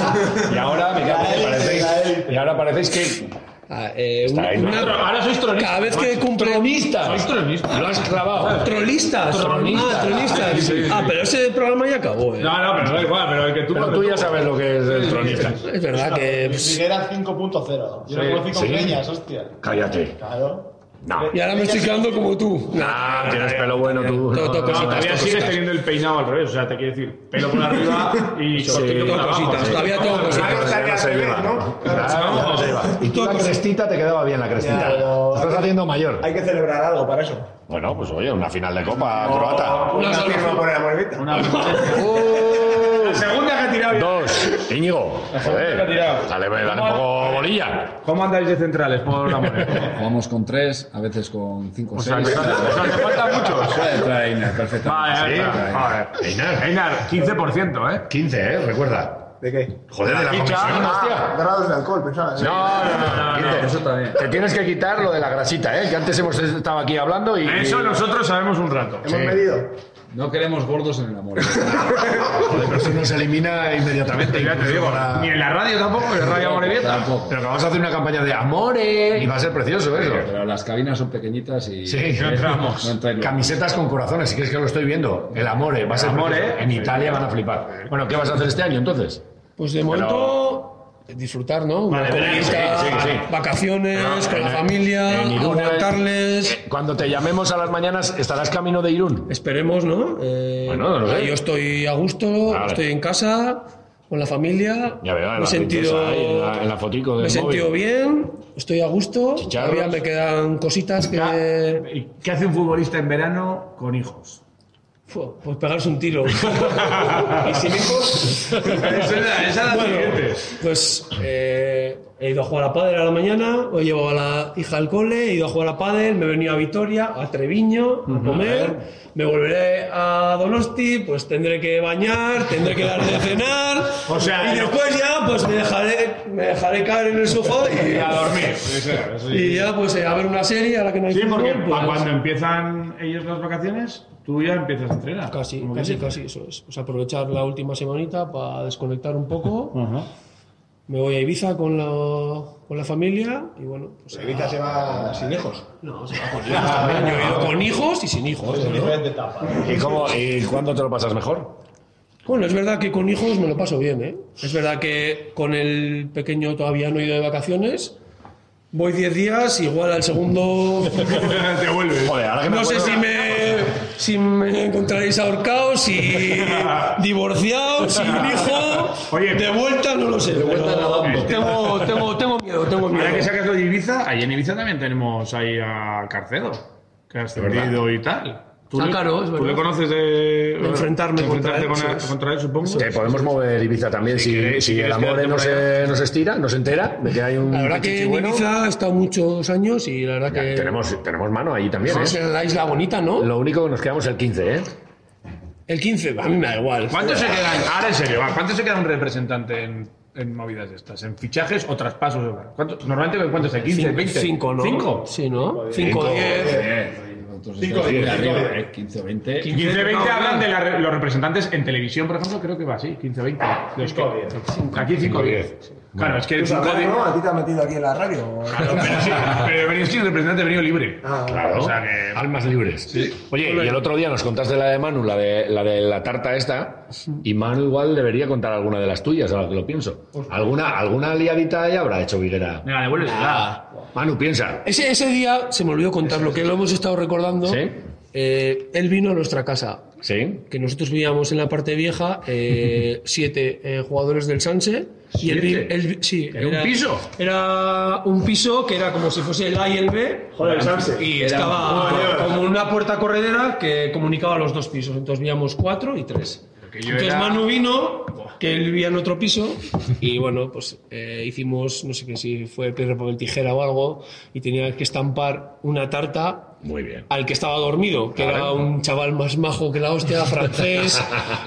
Speaker 1: Y ahora, me cago en que parecéis, y ahora parecéis que.
Speaker 5: Ah, eh,
Speaker 1: Está ahí, ¿no?
Speaker 2: Ahora sois tronistas.
Speaker 5: cada vez que cumple.
Speaker 1: Sois tronistas. Lo has clavado.
Speaker 5: Trolistas.
Speaker 1: Tronistas.
Speaker 5: Ah, tronistas. Ah, pero ese programa ya acabó, ¿eh?
Speaker 2: No, no, pero da igual, pero el que tú.
Speaker 1: Pero tú ya sabes lo que es el tronista.
Speaker 5: Es verdad que. pues,
Speaker 6: Figuera 5.0. Yo no conozco
Speaker 1: Sí.
Speaker 6: Peñas, hostia.
Speaker 1: Cállate.
Speaker 6: Claro.
Speaker 1: No.
Speaker 5: y ahora me estoy quedando como tú.
Speaker 1: Nah, tienes pelo bueno tú.
Speaker 5: Todo, todo
Speaker 2: No,
Speaker 5: cositas,
Speaker 2: todavía
Speaker 5: todo
Speaker 2: sigues
Speaker 5: cositas.
Speaker 2: teniendo el peinado al revés, o sea, te quiero decir, pelo por arriba y cortito por
Speaker 5: todo
Speaker 2: abajo.
Speaker 5: cositas, todavía tengo
Speaker 1: Claro,
Speaker 5: cositas.
Speaker 1: ya no se lleva. Claro, ya no se lleva. Y tú la crestita te quedaba bien la crestita.
Speaker 6: pero-
Speaker 1: Te estás haciendo mayor.
Speaker 10: Hay que celebrar algo para eso.
Speaker 1: Bueno, pues oye, una final de copa croata.
Speaker 5: Una sola-
Speaker 2: La segunda que ha tirado. ya.
Speaker 1: Dos. Íñigo.
Speaker 2: que ha tirado.
Speaker 1: Joder. Dale, dale un poco bolilla.
Speaker 2: ¿Cómo andáis de centrales, por la moneda?
Speaker 4: Jugamos con tres, a veces con cinco o
Speaker 2: O sea,
Speaker 4: seis.
Speaker 2: que faltan faltan muchos.
Speaker 4: Puede entrar Einar, perfectamente.
Speaker 2: Vale, ahí
Speaker 1: Sí,
Speaker 2: está.
Speaker 1: joder. Einar.
Speaker 2: Einar, 15%, ¿eh?
Speaker 1: 15, ¿eh? Recuerda.
Speaker 10: ¿De qué?
Speaker 1: Joder, de la
Speaker 2: ficha.
Speaker 1: comisión, hostia.
Speaker 6: Grados de alcohol, pensaba.
Speaker 1: No, no, no, no, no.
Speaker 4: Eso también.
Speaker 1: Te tienes que quitar lo de la grasita, ¿eh? Que antes hemos estado aquí hablando y...
Speaker 2: Eso nosotros sabemos un rato.
Speaker 6: Hemos medido.
Speaker 4: No queremos gordos en el amor.
Speaker 1: Joder, pero si no se elimina inmediatamente.
Speaker 2: Ya te
Speaker 1: incluso
Speaker 2: digo,
Speaker 1: para-
Speaker 2: ni en la radio tampoco, ni en Radio Morevieta.
Speaker 4: Tampoco.
Speaker 1: Pero que vamos a hacer una campaña de amores y va a ser precioso eso.
Speaker 4: Pero las cabinas son pequeñitas y
Speaker 1: Sí, no
Speaker 4: no
Speaker 1: entramos.
Speaker 4: entráis luego.
Speaker 1: Camisetas con corazones, si crees que lo estoy viendo. El amore, va a ser
Speaker 2: Amore.
Speaker 1: precioso. En Italia van a flipar. Bueno, ¿qué vas a hacer este año entonces?
Speaker 5: Pues de momento, disfrutar, ¿no? Una
Speaker 1: Vale, verano,
Speaker 5: comidita,
Speaker 1: sí, sí, sí.
Speaker 5: vacaciones,
Speaker 1: No,
Speaker 5: con la
Speaker 1: en-
Speaker 5: familia,
Speaker 1: en Irún, eh,
Speaker 5: aguantarles.
Speaker 1: eh, Cuando te llamemos a las mañanas, estarás camino de Irún.
Speaker 5: Esperemos, ¿no? Eh,
Speaker 1: Bueno, no sé.
Speaker 5: Yo estoy a gusto,
Speaker 1: Vale.
Speaker 5: estoy en casa, con la familia.
Speaker 1: Ya veo, en
Speaker 5: me
Speaker 1: la
Speaker 5: he sentido,
Speaker 1: princesa ahí, en la- en la fotico
Speaker 5: me he
Speaker 1: del
Speaker 5: sentido
Speaker 1: móvil.
Speaker 5: bien, estoy a gusto.
Speaker 1: Chicharros.
Speaker 5: Todavía me quedan cositas que.
Speaker 2: ¿Y ¿Qué hace un futbolista en verano con hijos?
Speaker 5: Fu, Pues pegarse un tiro. ¿Y sin hijos?
Speaker 2: Esa es la, esa es la siguiente.
Speaker 5: Pues eh,
Speaker 11: He ido a jugar a pádel a la mañana, he llevado a la hija al cole, he ido a jugar a pádel, me he venido a Vitoria, a Treviño, a comer, me volveré a Donosti, pues tendré que bañar, tendré que dar de cenar,
Speaker 2: O sea, eh,
Speaker 11: y después ya pues me dejaré, me dejaré caer en el sofá y,
Speaker 2: Y a dormir. sí, sí.
Speaker 11: y ya pues eh, a ver una serie a la que no hay
Speaker 2: Sí, porque
Speaker 11: fútbol, pues,
Speaker 2: pa- cuando empiezan ellos las vacaciones, tú ya empiezas a entrenar.
Speaker 11: Casi,
Speaker 2: Como
Speaker 11: casi,
Speaker 2: que-
Speaker 11: casi, eso es. O sea, aprovechar la última semanita para desconectar un poco. Me voy a Ibiza con la, con la familia y bueno, pues a-
Speaker 6: Evita se va sin hijos.
Speaker 11: no, se va con hijos también. Yo he ido con hijos y sin hijos.
Speaker 6: Es
Speaker 11: ¿no?
Speaker 6: diferente etapa.
Speaker 1: ¿Y, cómo, ¿Y cuándo te lo pasas mejor?
Speaker 11: Bueno, es verdad que con hijos me lo paso bien, ¿eh? Es verdad que con el pequeño todavía no he ido de vacaciones. Voy 10 días, igual al segundo
Speaker 2: te vuelves.
Speaker 1: Joder, ahora que me
Speaker 11: No sé
Speaker 1: acuerdo-
Speaker 11: si me, si me encontraréis ahorcados, si divorciados, si un hijo.
Speaker 2: Oye.
Speaker 11: de vuelta no lo sé. De vuelta
Speaker 2: nadando.
Speaker 11: Tengo, tengo, tengo miedo, tengo miedo.
Speaker 2: Ahora que sacas lo de Ibiza, ahí en Ibiza también tenemos ahí a Carcedo, que ha ascendido y tal. ¿Tú,
Speaker 11: Ah,
Speaker 2: le,
Speaker 11: claro, es
Speaker 2: tú
Speaker 11: verdad.
Speaker 2: le conoces de,
Speaker 11: enfrentarme
Speaker 2: de enfrentarte
Speaker 11: contra él,
Speaker 2: con él,
Speaker 11: sí.
Speaker 2: contra él, supongo.
Speaker 1: Que podemos mover Ibiza también si,
Speaker 2: queréis- si
Speaker 1: si el
Speaker 2: queréis
Speaker 1: amor
Speaker 2: quedarte
Speaker 1: no
Speaker 2: por
Speaker 1: se, no se estira, no se entera de que hay un
Speaker 11: La verdad que
Speaker 1: pichichi
Speaker 11: en
Speaker 1: bueno.
Speaker 11: Ibiza he estado muchos años y la verdad
Speaker 1: Ya,
Speaker 11: que.
Speaker 1: tenemos, tenemos mano ahí también,
Speaker 11: Es
Speaker 1: ¿eh?
Speaker 11: la isla bonita, ¿no?
Speaker 1: Lo único que nos quedamos el 15, ¿eh?
Speaker 11: El 15, a mí me da igual.
Speaker 2: ¿Cuánto se quedan? Ahora en serio, va, ¿cuánto se queda un representante en, en movidas estas? ¿En fichajes o traspasos? ¿Cuánto- normalmente, ¿cuánto es? ¿15, 20?
Speaker 11: 5, ¿no?
Speaker 2: ¿Cinco?
Speaker 11: Sí, ¿no? 5, 10.
Speaker 6: Cinco, cinco, cinco.
Speaker 5: eh.
Speaker 1: eh,
Speaker 4: 15 o 20.
Speaker 2: 15 20 hablan de la re- los representantes en televisión, por ejemplo, creo que va así, 15 20. De los que- Aquí 5 10. Claro, es que el 5 10.
Speaker 10: ¿A ti te has metido aquí en la radio? Ah,
Speaker 2: Claro, pero sí, pero venía sin representante, he venido libre.
Speaker 1: Claro.
Speaker 2: O sea que
Speaker 1: Almas libres. Oye, y el otro día nos contaste la de Manu, la de la, de la tarta esta, y Manu igual debería contar alguna de las tuyas, ahora que lo pienso. ¿Alguna, alguna liadita ya habrá hecho Viguera?
Speaker 2: Venga, devuelve
Speaker 1: Manu, piensa.
Speaker 11: Ese, ese día se me olvidó contar lo que lo hemos estado recordando.
Speaker 1: Sí.
Speaker 11: Eh, él vino a nuestra casa.
Speaker 1: ¿Sí?
Speaker 11: que nosotros vivíamos en la parte vieja eh, siete eh, jugadores del Sanse y el, vi-
Speaker 2: ¿Siete?
Speaker 11: el vi- sí,
Speaker 2: ¿Era un piso?
Speaker 11: era un piso que era como si fuese el A y el B
Speaker 6: Joder, el Sanse.
Speaker 11: y estaba como una puerta corredera que comunicaba los dos pisos entonces vivíamos cuatro y tres
Speaker 2: que yo
Speaker 11: entonces
Speaker 2: era-
Speaker 11: Manu vino que él vivía en otro piso y bueno pues eh, hicimos no sé qué si fue piedra papel tijera o algo y tenía que estampar una tarta
Speaker 1: Muy bien.
Speaker 11: al que estaba dormido, que era un chaval más majo que la hostia, francés,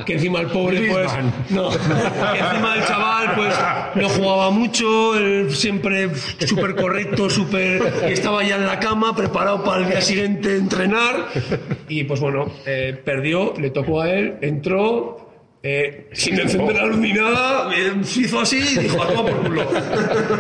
Speaker 11: que encima el pobre pues no, que encima el chaval pues no jugaba mucho, él siempre súper correcto, súper y estaba ya en la cama preparado para el día siguiente entrenar y pues bueno, eh, perdió, le tocó a él, entró eh, sin encender la luz ni nada, eh, hizo así y dijo, "A tomar por culo".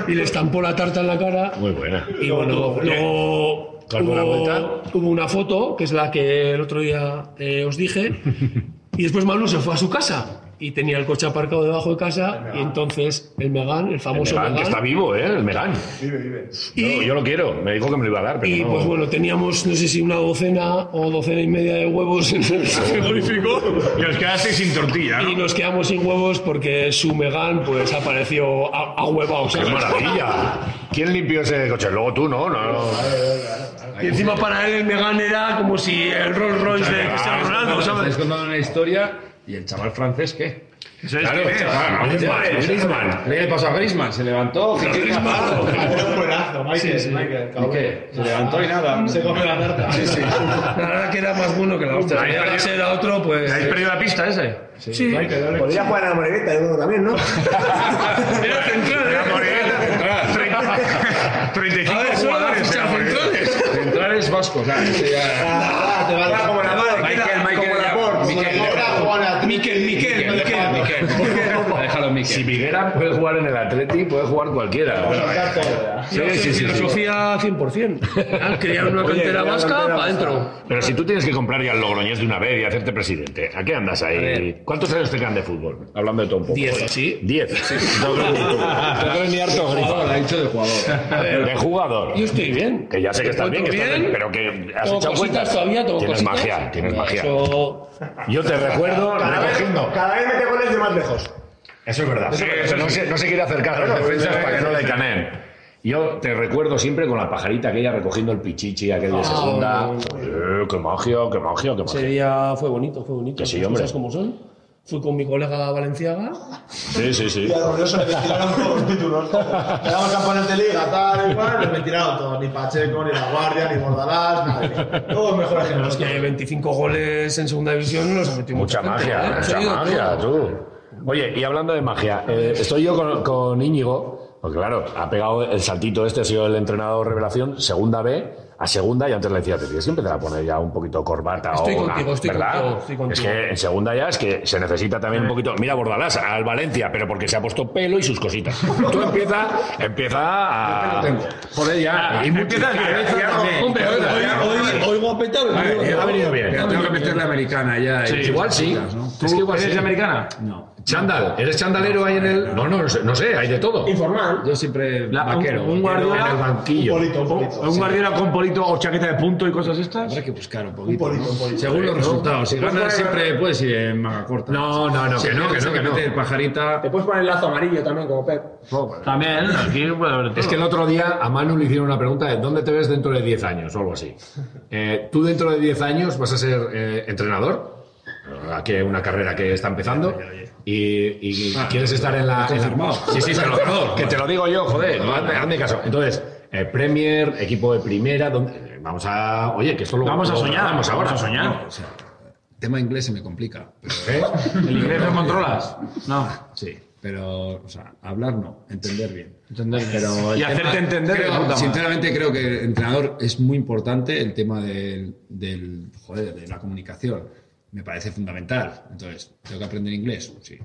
Speaker 11: Y le estampó la tarta en la cara.
Speaker 1: Muy buena.
Speaker 11: Y bueno, luego
Speaker 1: Claro, una
Speaker 11: hubo,
Speaker 1: vuelta.
Speaker 11: hubo una foto, que es la que el otro día eh, os dije, y después Manu se fue a su casa y tenía el coche aparcado debajo de casa, y entonces el Megan, el
Speaker 1: El
Speaker 11: famoso
Speaker 1: Megán, que está
Speaker 11: Megán,
Speaker 1: vivo, ¿eh? El Megán.
Speaker 6: Vive, vive.
Speaker 1: Yo, yo lo quiero. Me dijo que me lo iba a dar, pero
Speaker 11: y
Speaker 1: no.
Speaker 11: pues bueno, teníamos no sé si una docena o docena y media de huevos en el frigorífico.
Speaker 2: Y os quedasteis sin tortilla,
Speaker 11: Y
Speaker 2: ¿no?
Speaker 11: nos quedamos sin huevos porque su Megan pues apareció a, a huevos.
Speaker 1: ¡Qué maravilla! ¿Quién limpió ese coche? Luego tú, ¿no? No, no.
Speaker 11: Y encima para él el Megan era como si el Rolls Royce de Cristiano Ronaldo, ¿sabes?
Speaker 4: Estáis contando una historia y el chaval francés, ¿qué?
Speaker 2: Eso es
Speaker 1: Claro,
Speaker 2: que-
Speaker 1: chaval, Griezmann, Griezmann.
Speaker 4: ¿Qué le pasó a Grisman? Se levantó. ¿Qué, qué,
Speaker 6: Un buenazo, Michael. Michael,
Speaker 4: ¿Y
Speaker 6: cabrón.
Speaker 4: qué? Se levantó y nada.
Speaker 6: Se come la tarta. Sí, sí.
Speaker 11: La verdad que era más bueno que la hostia.
Speaker 1: Ahí
Speaker 11: Si
Speaker 1: perdió-
Speaker 11: ahora era otro, pues.
Speaker 2: ¿Habéis perdido la pista ese?
Speaker 11: Sí.
Speaker 10: Podría jugar a la moreveta, yo creo también, ¿no?
Speaker 11: Era central,
Speaker 2: Era
Speaker 11: ¿eh?
Speaker 2: Morigueta. Treinta-
Speaker 11: A
Speaker 2: 35
Speaker 11: ver, solo van a
Speaker 2: jugadores.
Speaker 11: fichar
Speaker 2: era
Speaker 1: pues,
Speaker 2: Morigueta.
Speaker 11: centrales.
Speaker 4: Centrales vascos. claro, ese ya-
Speaker 6: Ah, te va a dar como la madre.
Speaker 4: Michael, Michael.
Speaker 6: Como la Ford, como la
Speaker 11: eh.
Speaker 4: Miquel,
Speaker 6: Ford, la Juana, tú.
Speaker 11: Miquel, Miquel, Miquel.
Speaker 4: Miquel. Déjalo,
Speaker 1: Si
Speaker 4: Miquel.
Speaker 1: Viguera puede jugar en el Atleti, puede jugar cualquiera.
Speaker 6: Vamos a dar todo.
Speaker 1: Sí, sí, sí, sí.
Speaker 11: Filosofía 100%. Ah, Crear una cantera vasca para adentro.
Speaker 1: Pero si tú tienes que comprar ya el Logroñés de una vez y hacerte presidente, ¿a qué andas ahí? ¿Cuántos años te quedan de fútbol? Hablando de todo un poco.
Speaker 11: Diez, ¿sí?
Speaker 1: Diez. No creo ni tú. No creo ni harto grifo.
Speaker 4: Jugador, ha dicho de jugador.
Speaker 1: De jugador.
Speaker 11: Yo estoy bien.
Speaker 1: Que ya sé que estás bien, que estás bien, pero que has
Speaker 11: Tengo
Speaker 1: echado
Speaker 11: cositas
Speaker 1: cuentas.
Speaker 11: todavía, tengo
Speaker 1: tienes
Speaker 11: cositas.
Speaker 1: magia, tienes
Speaker 11: Eso-
Speaker 1: magia. Yo te recuerdo
Speaker 6: Cada vez-
Speaker 1: recogiendo.
Speaker 6: Cada vez mete goles de más lejos.
Speaker 1: Eso es verdad. no, se, no se quiere acercar a las defensas para que no le canen. Yo te recuerdo siempre con la pajarita aquella recogiendo el pichichi, aquel
Speaker 6: Ah.
Speaker 1: de
Speaker 6: Oh.
Speaker 1: segunda. Eh, ¡Qué magia, qué magia, qué magia!
Speaker 11: Ese día fue bonito, fue bonito.
Speaker 1: Que sí,
Speaker 11: Las
Speaker 1: hombre.
Speaker 11: cosas como son.
Speaker 12: Fui con mi colega Valenciaga.
Speaker 1: Sí, sí, sí.
Speaker 11: Y a Rolloso le tiraron todos los títulos.
Speaker 7: Éramos campeones de liga, tal y cual, nos mentiraron todos. Ni Pacheco, ni La Guardia, ni Bordalás, nadie. Todos mejores que
Speaker 12: Pero es
Speaker 7: nosotros.
Speaker 12: que 25 goles en segunda división no los ha metido
Speaker 1: Mucha
Speaker 12: gente,
Speaker 1: magia,
Speaker 12: ¿eh?
Speaker 1: mucha
Speaker 12: Sí, tú.
Speaker 1: magia, tú. Oye, y hablando de magia, eh, estoy yo con, con Íñigo, porque claro, ha pegado el saltito este, ha sido el entrenador revelación, segunda B a segunda, y antes le decía, te tienes que empezar a poner ya un poquito corbata
Speaker 12: Estoy
Speaker 1: o una-
Speaker 12: contigo, estoy
Speaker 1: ¿verdad?
Speaker 12: contigo, estoy contigo. Eh.
Speaker 1: Es que en segunda ya es que se necesita también un poquito, mira Bordalás, al Valencia, pero porque se ha puesto pelo y sus cositas. Tú empieza, empieza a... Joder, ya. Y
Speaker 4: empieza
Speaker 1: multiplica,
Speaker 4: bien,
Speaker 1: ¿eh?
Speaker 4: ya, hombre,
Speaker 1: Empieza
Speaker 4: hoy-
Speaker 1: bien.
Speaker 4: hoy- hoy
Speaker 13: guapeta
Speaker 4: ha venido-
Speaker 1: Ha venido bien.
Speaker 4: Pero tengo que meter la americana ya.
Speaker 1: Sí,
Speaker 4: y-
Speaker 1: igual sí.
Speaker 4: ¿no?
Speaker 1: Es que igual
Speaker 4: ¿Eres
Speaker 1: sí.
Speaker 4: de americana?
Speaker 1: No. Chándal. ¿Eres chandalero ahí en el.? No, no, no sé, no sé, hay de todo.
Speaker 11: Informal.
Speaker 4: Yo siempre
Speaker 2: La- un-
Speaker 4: vaquero.
Speaker 2: un, Guardiola.
Speaker 1: En el banquillo.
Speaker 2: Un, polito, un, polito, un Guardiola con polito o chaqueta de punto y cosas estas. Habrá
Speaker 4: que buscar un poquito.
Speaker 2: polito, un polito.
Speaker 4: pues, Según los
Speaker 2: ¿No?
Speaker 4: resultados. Si
Speaker 2: Pues
Speaker 4: ganas
Speaker 2: vale,
Speaker 4: siempre puedes ir en manga corta.
Speaker 1: No, no, no,
Speaker 4: Si
Speaker 1: que no,
Speaker 4: pierdes,
Speaker 1: que no, que
Speaker 4: hay meter
Speaker 1: no.
Speaker 4: pajarita.
Speaker 11: Te puedes poner el lazo amarillo también, como Pep.
Speaker 1: También, Es que el otro día a Manu le hicieron una pregunta de ¿dónde te ves dentro de 10 años o algo así? Eh, ¿Tú dentro de 10 años vas a ser eh, entrenador? Aquí hay una carrera que está empezando. Y, y
Speaker 4: Ah,
Speaker 1: quieres estar en la. en la-
Speaker 4: confirmado.
Speaker 1: Sí, sí, te lo, que te lo digo yo, joder, no, hazme, hazme caso. Entonces, eh, Premier, equipo de primera, ¿dónde- eh, vamos a. Oye, que esto lo
Speaker 2: Vamos a
Speaker 1: lo
Speaker 2: soñar,
Speaker 1: grabamos ahora.
Speaker 2: vamos a soñar.
Speaker 4: O sea, el tema inglés se me complica. pero-
Speaker 1: ¿Eh?
Speaker 2: ¿El inglés no controlas? No.
Speaker 4: Sí, pero, o sea, hablar no, entender bien.
Speaker 2: Entender bien.
Speaker 4: Pero el
Speaker 2: Y hacerte entender de
Speaker 4: creo-
Speaker 2: puta madre.
Speaker 4: sinceramente creo que el entrenador es muy importante el tema del, del- joder, de la comunicación. Me parece fundamental. Entonces, ¿tengo que aprender inglés? Sí.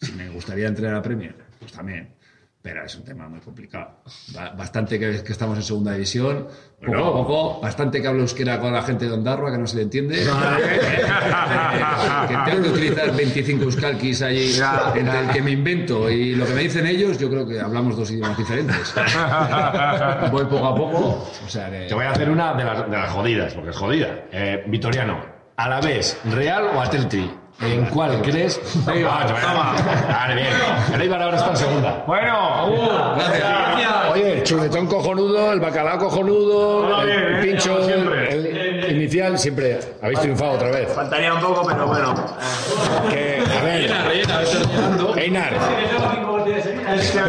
Speaker 4: Si me gustaría entrenar a Premier, pues también. Pero es un tema muy complicado. Ba- Bastante que, que estamos en segunda división, poco
Speaker 1: Bueno.
Speaker 4: a poco, bastante que hablo euskera con la gente de Ondarroa, que no se le entiende. que tengo que utilizar 25 euskalkis allí entre el que me invento y lo que me dicen ellos, yo creo que hablamos dos idiomas diferentes. Voy poco a poco. O sea, que-
Speaker 1: Te voy a hacer una de las, de las jodidas, porque es jodida. Eh, Vitoriano, ¿a la vez Real o Atleti? ¿En cuál crees? Ahí va, te voy a- Vale, bien. El Eibar ahora está en segunda.
Speaker 2: Bueno, uh,
Speaker 1: Oye, chuletón cojonudo, el bacalao cojonudo,
Speaker 2: bien,
Speaker 1: el
Speaker 2: eh,
Speaker 1: pincho,
Speaker 2: como siempre.
Speaker 1: el inicial, siempre habéis triunfado otra vez.
Speaker 11: Faltaría un poco, pero bueno.
Speaker 1: Que, a ver, Einar,
Speaker 11: Es que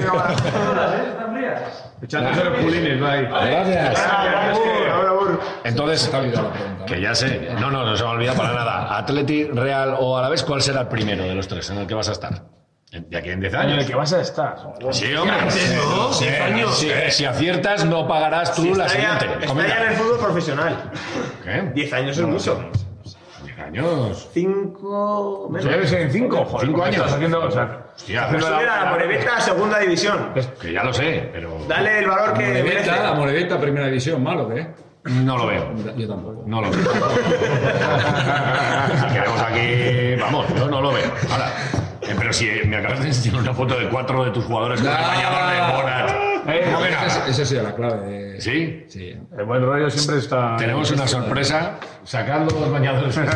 Speaker 2: echándose los pulines, va ahí.
Speaker 1: gracias.
Speaker 11: ahora
Speaker 1: Entonces, que ya sé, no, no, no se me ha olvidado para nada. Atleti, Real o Alavés, ¿cuál será el primero de los tres en el que vas a estar? En- De aquí en 10
Speaker 2: En
Speaker 1: años.
Speaker 2: el que vas a estar.
Speaker 1: Sí, hombre.
Speaker 11: ¿no?
Speaker 1: Sí,
Speaker 11: Diez años.
Speaker 1: sí, Si aciertas, no pagarás tú la siguiente.
Speaker 11: Estaría en el
Speaker 1: Comenta.
Speaker 11: fútbol profesional.
Speaker 1: ¿Qué?
Speaker 11: 10 años es mucho.
Speaker 1: Diez años.
Speaker 11: 5 menos.
Speaker 2: Debe ser en cinco. joder,
Speaker 1: Cinco
Speaker 2: porque
Speaker 1: años.
Speaker 2: Estás haciendo, o sea,
Speaker 1: Hostia,
Speaker 11: Pues
Speaker 1: pero-
Speaker 11: subir a la Morevita a segunda división.
Speaker 1: que ya lo sé, pero
Speaker 11: Dale el valor que merece.
Speaker 4: Morevita, a Morevita, primera división, malo, ¿eh?
Speaker 1: no lo veo.
Speaker 4: Yo tampoco.
Speaker 1: No lo veo. Queremos aquí. Vamos, yo no lo veo. Ahora, eh, pero si eh, me acabas de enseñar una foto de cuatro de tus jugadores con el bañador de Borat. No ve
Speaker 4: Esa,
Speaker 1: nada.
Speaker 4: esa sería la clave. de-
Speaker 1: ¿Sí?
Speaker 4: Sí.
Speaker 2: Eh, El buen rollo siempre está.
Speaker 1: Tenemos una sorpresa. Sacad los bañadores. Vamos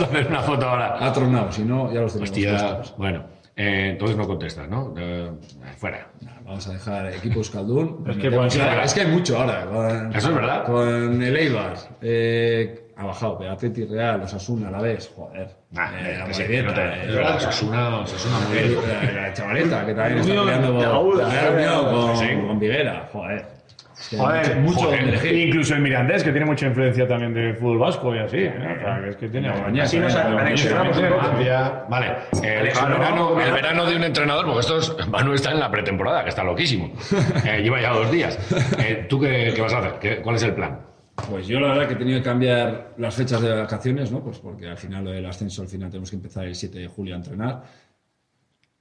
Speaker 1: a hacer una foto ahora.
Speaker 4: Ha tronado, si no, ya los tenemos.
Speaker 1: Hostia,
Speaker 4: puestos.
Speaker 1: bueno, eh, entonces no contestas, ¿no? Eh, fuera.
Speaker 4: Nah, Vamos a dejar equipo Euskaldun.
Speaker 2: Es que,
Speaker 4: Metemos-
Speaker 2: bueno,
Speaker 4: es que hay mucho ahora. eh, con-
Speaker 1: Eso es verdad.
Speaker 4: Con el Eibar. Eh, ha bajado, pero Atleti Real, Osasuna, a la vez. Joder.
Speaker 1: Nah,
Speaker 4: Eh, la
Speaker 1: Ah, que sí,
Speaker 4: Morevita,
Speaker 1: no te-
Speaker 4: eh,
Speaker 1: es verdad, Osasuna- Osasuna muy bien.
Speaker 4: La, eh, la chavaleta, que también está
Speaker 2: Unión
Speaker 4: peleando
Speaker 11: de
Speaker 4: con,
Speaker 11: Aguda.
Speaker 4: la Unión con,
Speaker 1: eh, Sí.
Speaker 4: con Viguera. Joder. Es que hay
Speaker 2: Joder, mucho
Speaker 1: joder.
Speaker 2: donde elegir. Incluso el Mirandés, que tiene mucha influencia también del fútbol vasco y así. ¿eh? O sea, que es que tiene. ¿eh?
Speaker 4: Bañez,
Speaker 11: Así nos han-
Speaker 4: pero-
Speaker 11: han exonerado un poco.
Speaker 1: Vale, eh, el,
Speaker 11: ¿no?
Speaker 1: verano, el verano de un entrenador, porque estos, Manu está en la pretemporada, que está loquísimo. Eh, lleva ya dos días. Eh, ¿Tú qué, qué vas a hacer? ¿Qué- ¿Cuál es el plan?
Speaker 4: Pues yo la verdad que he tenido que cambiar las fechas de vacaciones, ¿no? Pues porque al final lo del ascenso, al final tenemos que empezar el 7 de julio a entrenar.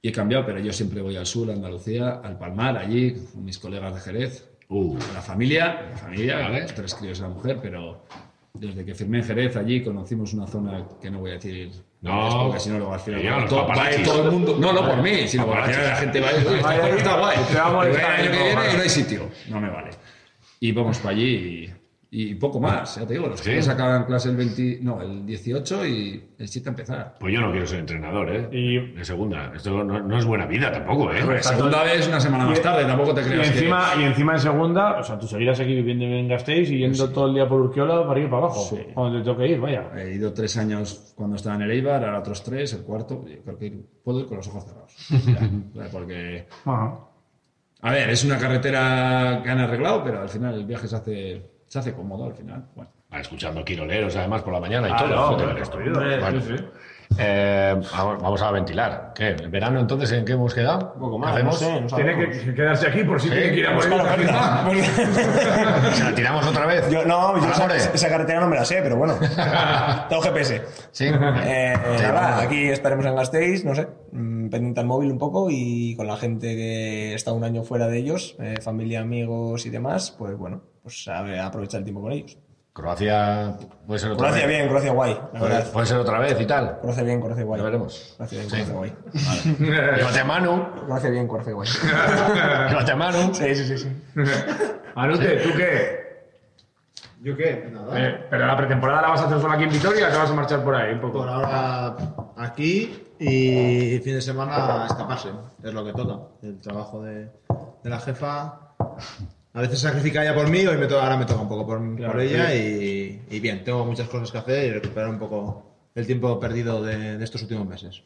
Speaker 4: Y he cambiado, pero yo siempre voy al sur, a Andalucía, al Palmar, allí, con mis colegas de Jerez,
Speaker 1: Uh,
Speaker 4: con la familia, la familia,
Speaker 1: Vale.
Speaker 4: los tres críos y la mujer, pero desde que firmé en Jerez allí conocimos una zona que no voy a decir nombres,
Speaker 1: No.
Speaker 4: porque si no luego al final
Speaker 1: Que llegan los
Speaker 4: todo, va a ir
Speaker 1: paparazzis.
Speaker 4: todo el mundo no no por mí sino porque al final la gente va a decir "Oye, este juego está guay
Speaker 2: Te va a
Speaker 4: Pero
Speaker 2: molestar
Speaker 4: el
Speaker 2: el
Speaker 4: año que
Speaker 2: tiempo,
Speaker 4: viene
Speaker 2: vale.
Speaker 4: y no hay sitio no me vale y vamos para allí y, Y poco más, ya te digo, los
Speaker 1: Sí.
Speaker 4: chicos acaban clase el 20, no, el 18 y el 7 a empezar.
Speaker 1: Pues yo no quiero ser entrenador, ¿eh? De segunda. Esto no, no es buena vida tampoco, ¿eh?
Speaker 4: Hombre, segunda vez una semana más tarde, tampoco te creas
Speaker 2: Pues y
Speaker 4: que-
Speaker 2: encima, Y encima en segunda, o sea, tú seguirás aquí viviendo en Gasteiz y yendo todo el día por Urquiola para arriba y para abajo. Cuando te toque ir, vaya.
Speaker 4: He ido tres años cuando estaba en el Eibar, ahora otros tres, el cuarto, yo creo que puedo ir con los ojos cerrados. Ya, porque,
Speaker 2: Ajá.
Speaker 4: a ver, es una carretera que han arreglado, pero al final el viaje se hace, se hace cómodo al final. Bueno.
Speaker 1: Ah, escuchando quiroleros, además, por la mañana y
Speaker 4: Ah,
Speaker 1: todo.
Speaker 4: no,
Speaker 1: Joder,
Speaker 4: hombre,
Speaker 1: esto.
Speaker 4: esto, hombre,
Speaker 1: Bueno.
Speaker 4: sí, sí.
Speaker 1: Eh, vamos, vamos a ventilar. ¿Qué? ¿El verano entonces en qué hemos quedado? ¿Un poco más?
Speaker 11: Ah, no
Speaker 1: ¿Hacemos?
Speaker 11: sé, no sabemos. Tiene que quedarse aquí por si
Speaker 1: Sí,
Speaker 11: tiene que ir a
Speaker 1: pues
Speaker 11: morir.
Speaker 1: claro, claro. ¿Se la tiramos otra vez?
Speaker 10: Yo, no, yo
Speaker 1: Ah,
Speaker 10: esa,
Speaker 1: hombre.
Speaker 10: esa carretera no me la sé, pero bueno. Tengo GPS.
Speaker 1: Sí. eh,
Speaker 11: Sí,
Speaker 10: Eh, nada,
Speaker 11: vamos.
Speaker 10: aquí estaremos en Gasteiz, no sé, mm, pendiente al móvil un poco y con la gente que está un año fuera de ellos, eh, familia, amigos y demás, pues bueno, pues a ver, aprovechar el tiempo con ellos.
Speaker 1: Croacia puede ser otra
Speaker 10: Croacia
Speaker 1: vez.
Speaker 10: bien, Croacia guay, la
Speaker 1: Puede-
Speaker 10: verdad.
Speaker 1: Pues, Puede ser otra vez y tal.
Speaker 10: Croacia bien, Croacia guay.
Speaker 1: Ya veremos.
Speaker 10: Croacia bien,
Speaker 1: Sí.
Speaker 10: Croacia guay.
Speaker 1: Llévate a Manu.
Speaker 10: Croacia bien, Croacia guay.
Speaker 1: Llévate a Manu.
Speaker 10: Sí, sí, sí. sí.
Speaker 2: Anute, ¿tú qué?
Speaker 7: ¿Yo qué? Nada.
Speaker 2: Eh, pero la pretemporada la vas a hacer solo aquí en Vitoria o te vas a marchar por ahí un poco.
Speaker 7: Por ahora aquí y fin de semana a escaparse. Es lo que toca. El trabajo de, de la jefa. A veces sacrifica ella por mí, hoy me to- ahora me toca un poco por, por ella. Y, y bien, tengo muchas cosas que hacer y recuperar un poco el tiempo perdido de, de estos últimos meses.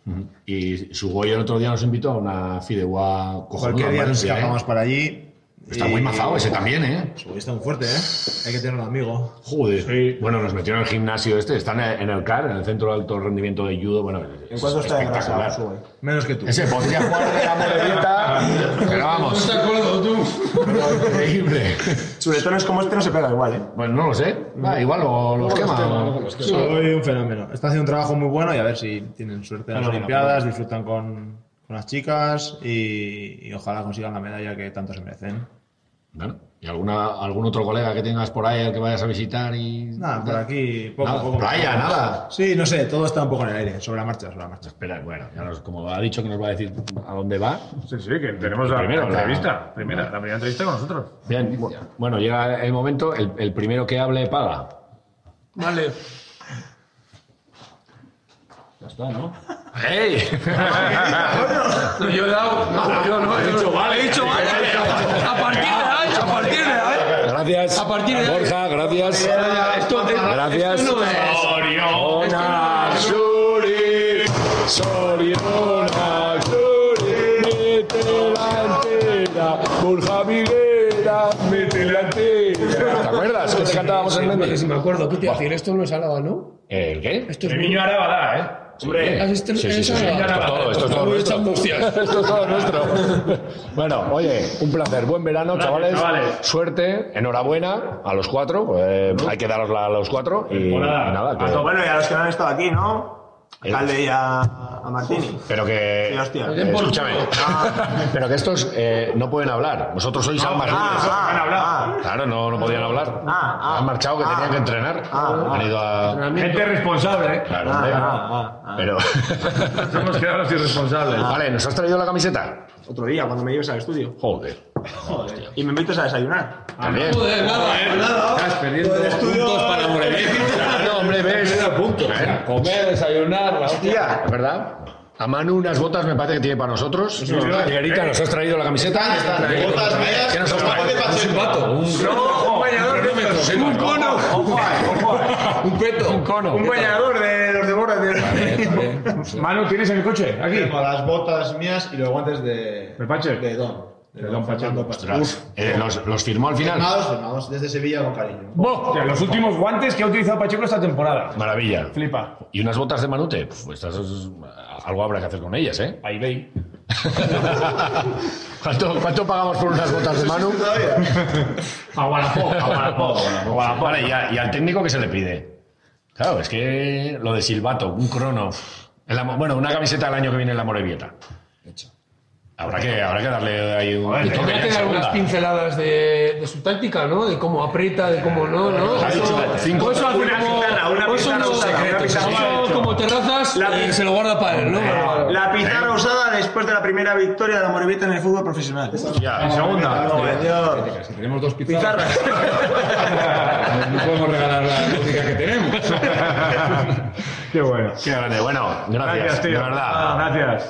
Speaker 1: Y su goyo el otro día nos invitó a una fideuá cojonuda.
Speaker 7: Cualquier día nos
Speaker 1: Valencia, ¿eh?
Speaker 7: escapamos para allí.
Speaker 1: Está muy mazado ese también, ¿eh?
Speaker 7: Su güey está muy fuerte, ¿eh? Hay que tener un amigo.
Speaker 1: Joder. Bueno, nos metieron al gimnasio este. Están en el CAR, en el Centro de Alto Rendimiento de Judo. Bueno,
Speaker 10: ¿En
Speaker 1: es
Speaker 10: cuánto está de grasa?
Speaker 1: espectacular.
Speaker 10: Su guay.
Speaker 7: Menos que tú.
Speaker 1: Ese podría jugar de la moredita. Pero vamos.
Speaker 14: acuerdo tú?
Speaker 1: Increíble.
Speaker 10: Sobretones como este no se pega igual, ¿eh?
Speaker 1: Bueno, no lo sé. Va, igual o los quema. o-
Speaker 7: Soy un fenómeno. Está haciendo un trabajo muy bueno y a ver si tienen suerte en las Olimpiadas, disfrutan con, con las chicas y, y ojalá consigan la medalla que tanto se merecen.
Speaker 1: Bueno, ¿Y alguna, algún otro colega que tengas por ahí al que vayas a visitar? y
Speaker 7: Nada, por aquí poco,
Speaker 1: Nada,
Speaker 7: poco.
Speaker 1: playa, nada.
Speaker 7: Sí, no sé, todo está un poco en el aire, sobre la marcha, sobre la marcha.
Speaker 1: Espera, bueno, ya nos- como ha dicho que nos va a decir a dónde va.
Speaker 2: Sí, sí, que tenemos la,
Speaker 1: Primero,
Speaker 2: la
Speaker 1: la-
Speaker 2: entrevista. primera, la primera entrevista con nosotros.
Speaker 1: Bien, bu- bueno, llega el momento, el, el primero que hable paga.
Speaker 15: Vale.
Speaker 1: Ya está, ¿no? ¡Ey!
Speaker 15: No, yo he dado. No, yo no. He dicho vale. He dicho vale. A partir de ahí, a partir de ahí.
Speaker 1: Gracias.
Speaker 15: A partir de ahí.
Speaker 1: Borja, gracias.
Speaker 15: Esto,
Speaker 1: Gracias.
Speaker 15: esto no es.
Speaker 1: Oriona Zuri, Soriona Zuri, mete la entera, Borja Miguera, mete la entera. ¿Te acuerdas que te cantábamos en
Speaker 15: Que
Speaker 1: Méndez?
Speaker 15: si me acuerdo, ¿qué te iba a decir? Esto no es Álava, ¿no?
Speaker 1: ¿El qué?
Speaker 15: Esto es
Speaker 2: El
Speaker 15: muy-
Speaker 2: niño Arabada, ¿eh?
Speaker 1: Hombre,
Speaker 15: ¿Has visto?
Speaker 1: sí, sí, sí,
Speaker 15: Esa-
Speaker 1: sí, esto es todo, esto es todo
Speaker 15: Muy
Speaker 1: nuestro.
Speaker 15: echando hostias.
Speaker 1: Esto es todo nuestro. Bueno, oye, un placer. Buen verano,
Speaker 2: Gracias,
Speaker 1: chavales.
Speaker 2: chavales.
Speaker 1: Suerte, enhorabuena a los cuatro. eh, hay que darosla a los cuatro. Y, y
Speaker 2: Temporada.
Speaker 1: Pues nada, que-
Speaker 10: Ah, Bueno, y a los que no han estado aquí, ¿no?
Speaker 1: Eh.
Speaker 10: Alcalde y a, a Martini.
Speaker 1: pero que.
Speaker 10: Sí, hostia.
Speaker 1: eh, escúchame. pero que estos eh, no pueden hablar. Vosotros sois almas libres.
Speaker 10: ah, ah,
Speaker 1: Claro, no, no podían hablar.
Speaker 10: Ah, ah,
Speaker 1: Han marchado que
Speaker 10: ah,
Speaker 1: tenían que entrenar.
Speaker 10: ah,
Speaker 1: Han ido a.
Speaker 2: Gente responsable, ¿eh?
Speaker 1: Claro,
Speaker 10: ah,
Speaker 1: hombre.
Speaker 10: ah, ah.
Speaker 1: Pero. Ah.
Speaker 2: Nos hemos quedado los irresponsables.
Speaker 1: vale, ¿nos has traído la camiseta?
Speaker 10: Otro día, cuando me lleves al estudio.
Speaker 1: Joder.
Speaker 10: Y me invitas a desayunar.
Speaker 2: Ah,
Speaker 1: También.
Speaker 15: Joder, nada, eh, nada.
Speaker 4: Estás perdiendo puntos para
Speaker 1: Claro, hombre, ves.
Speaker 4: puntos. Comer, desayunar, la hostia.
Speaker 1: Tía, ¿verdad? A Manu unas botas me parece que tiene para nosotros. Miguelita,
Speaker 2: Eh,
Speaker 1: ¿nos has traído la camiseta?
Speaker 7: Botas medias,
Speaker 1: ¿Qué nos has
Speaker 7: zapatos de
Speaker 1: traído?
Speaker 7: paseo.
Speaker 16: Un bañador de metros.
Speaker 15: Un cono. Un peto. Un cono.
Speaker 16: Un bañador de los de borras.
Speaker 2: Manu, ¿tienes en el coche? Aquí.
Speaker 7: Tengo las botas mías y los guantes de.
Speaker 2: ¿De Pache?
Speaker 7: De Don. De
Speaker 2: Don
Speaker 7: Fernando Pache.
Speaker 1: Ostras, eh, los, los firmó al final.
Speaker 7: Firmados, firmados desde Sevilla con cariño.
Speaker 2: O sea, Oh, los últimos guantes que ha utilizado Pacheco esta temporada.
Speaker 1: Maravilla.
Speaker 2: Flipa.
Speaker 1: ¿Y unas botas de Manute? Pues estas es- algo habrá que hacer con ellas, ¿eh?
Speaker 2: Ahí veis.
Speaker 1: ¿Cuánto, cuánto pagamos por unas botas de Manu?
Speaker 2: A Guadalajara. A Guadalajara.
Speaker 1: Vale, y, a- y al técnico que se le pide. Claro, es que lo de Silvato, un crono. El Amo- bueno, una camiseta del año que viene en la Morevieta. Habrá que, habrá que darle ahí un,
Speaker 10: Y
Speaker 1: un toque
Speaker 10: tendrá
Speaker 1: en
Speaker 10: que dar
Speaker 1: segunda.
Speaker 10: unas pinceladas de, de su táctica, ¿no? De cómo aprieta, de cómo no, ¿no?
Speaker 1: Ha dicho cinco-
Speaker 10: eso hace
Speaker 1: una
Speaker 10: como,
Speaker 1: gitana, una
Speaker 10: o eso
Speaker 1: gitana
Speaker 10: no-
Speaker 1: usada, una
Speaker 10: secreto,
Speaker 1: gitana
Speaker 10: eso
Speaker 1: usada.
Speaker 10: como terrazas y se lo guarda para él, ¿no?
Speaker 2: La pizarra usada después de la primera victoria de la Moribeta en el fútbol profesional.
Speaker 1: Ya, en segunda.
Speaker 2: No, señor.
Speaker 17: Si tenemos dos pizarras,
Speaker 2: Pizarra.
Speaker 17: no podemos regalar la música que tenemos.
Speaker 18: Qué bueno.
Speaker 1: Qué grande. Bueno, gracias.
Speaker 18: tío.
Speaker 1: De verdad.
Speaker 18: Ah, gracias.